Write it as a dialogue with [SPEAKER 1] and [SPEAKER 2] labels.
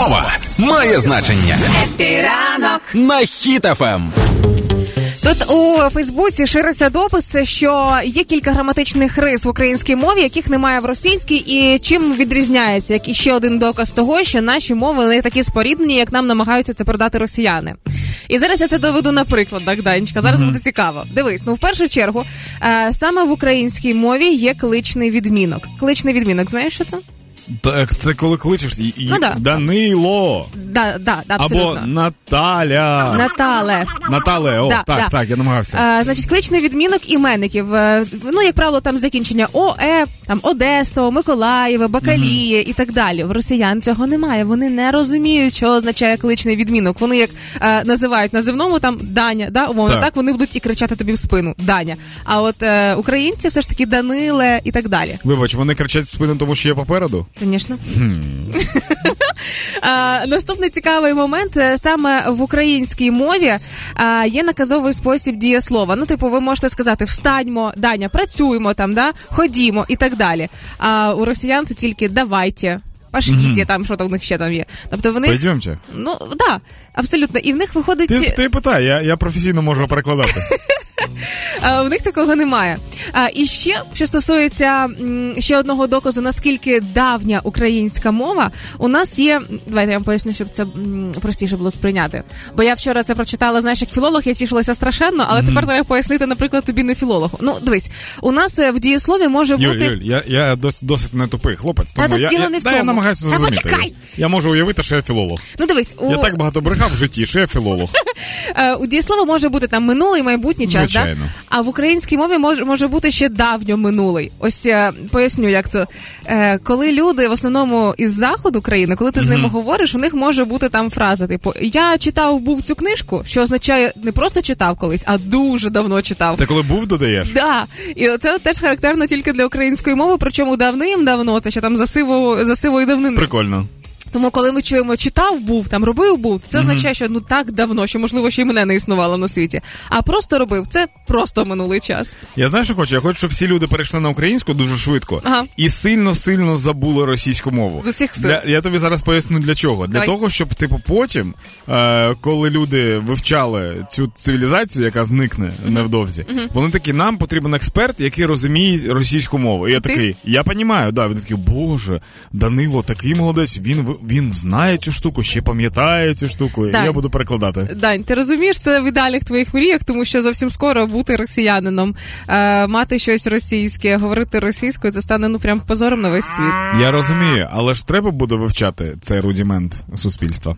[SPEAKER 1] мова має значення.
[SPEAKER 2] Піранок.
[SPEAKER 1] На Ем. хітафем.
[SPEAKER 3] Тут у Фейсбуці шириться допис, що є кілька граматичних рис в українській мові, яких немає в російській, і чим відрізняється, як і ще один доказ того, що наші мови не такі споріднені, як нам намагаються це продати росіяни. І зараз я це доведу на прикладах, Данечка. Зараз буде цікаво. Дивись, ну в першу чергу, е, саме в українській мові є кличний відмінок. Кличний відмінок, знаєш що це?
[SPEAKER 4] Так, це коли кличеш і, і
[SPEAKER 3] Ну да.
[SPEAKER 4] Данило
[SPEAKER 3] Да, да, да абсолютно.
[SPEAKER 4] або Наталя.
[SPEAKER 3] Натале.
[SPEAKER 4] Натале, о,
[SPEAKER 3] Да,
[SPEAKER 4] так,
[SPEAKER 3] да.
[SPEAKER 4] так, я намагався.
[SPEAKER 3] Е, значить, кличний відмінок іменників. Е, в- Ну, як правило, там закінчення ОЕ, там Одесо, Миколаєве, Бакаліє і так далі. В росіян цього немає. Вони не розуміють, що означає кличний відмінок. Вони як е, називають називному там Даня, да, умовно
[SPEAKER 4] Так.
[SPEAKER 3] так. вони будуть і кричати тобі в спину Даня. А от е, українці все ж таки Даниле і так далі.
[SPEAKER 4] Вибач, вони кричать в спину, тому що я попереду.
[SPEAKER 3] Звісно. А, Наступний цікавий момент е, саме в українській мові а, є наказовий спосіб дієслова. Ну, типу, ви можете сказати встаньмо, Даня, працюємо там, да, ходімо і так далі. А у росіян це тільки давайте. Пошліть, там що там у них ще там є. Тобто вони
[SPEAKER 4] Пойдемте.
[SPEAKER 3] ну да, абсолютно, і в них виходить
[SPEAKER 4] Ти, ти питай, я, я професійно можу перекладати.
[SPEAKER 3] А, Е, в них такого немає. А, і ще, що стосується м, ще одного доказу, наскільки давня українська мова, у нас є. Давайте я вам поясню, щоб це м, простіше було сприйняти. Бо я вчора це прочитала, знаєш, як філолог, я тішилася страшенно, але тепер треба пояснити, наприклад, тобі не філологу. Ну, дивись, у нас е, в дієслові може
[SPEAKER 4] Юль,
[SPEAKER 3] бути.
[SPEAKER 4] Юль, я, я досить, досить не тупий хлопець, тому
[SPEAKER 3] тут
[SPEAKER 4] я,
[SPEAKER 3] діло
[SPEAKER 4] я,
[SPEAKER 3] не в
[SPEAKER 4] та я
[SPEAKER 3] тому.
[SPEAKER 4] намагаюся
[SPEAKER 3] Та
[SPEAKER 4] зрозуміти.
[SPEAKER 3] почекай!
[SPEAKER 4] Я можу уявити, що я філолог.
[SPEAKER 3] Ну дивись, у,
[SPEAKER 4] Я так багато брехав в житті, що я філолог.
[SPEAKER 3] е, у дієслова може бути там минулий, майбутній час, да?
[SPEAKER 4] Звичайно.
[SPEAKER 3] а в українській мові може, може бути ще давньо минулий. Ось е, поясню, як це. Е, коли люди в основному із заходу країни, коли ти з ними говориш, у них може бути там фраза, типу Я читав був цю книжку, що означає не просто читав колись, а дуже давно читав.
[SPEAKER 4] Це коли був додаєш?
[SPEAKER 3] Да, і це теж характерно тільки для української мови, причому давним-давно, це ще там за сиву за сивої давнини.
[SPEAKER 4] Прикольно.
[SPEAKER 3] Тому, коли ми чуємо читав, був там робив був, це означає, що ну так давно, що можливо ще й мене не існувало на світі. А просто робив це просто минулий час.
[SPEAKER 4] Я знаю, що хочу. Я хочу, щоб всі люди перейшли на українську дуже швидко
[SPEAKER 3] Ага.
[SPEAKER 4] і сильно сильно забули російську мову.
[SPEAKER 3] З усіх сил.
[SPEAKER 4] Для, я тобі зараз поясню для чого. Для
[SPEAKER 3] Давай.
[SPEAKER 4] того, щоб типу потім, е, коли люди вивчали цю цивілізацію, яка зникне невдовзі, вони такі, нам потрібен експерт, який розуміє російську мову. І я
[SPEAKER 3] Ти?
[SPEAKER 4] такий, я понімаю, да. Він такий, боже, Данило, такий молодець. Він в- він знає цю штуку, ще пам'ятає цю штуку. І
[SPEAKER 3] Так.
[SPEAKER 4] Я буду перекладати.
[SPEAKER 3] Дань, ти розумієш це в ідеальних твоїх мріях, тому що зовсім скоро бути росіянином, е, мати щось російське, говорити російською, це стане ну прям позором на весь світ.
[SPEAKER 4] Я розумію, але ж треба буде вивчати цей рудімент суспільства.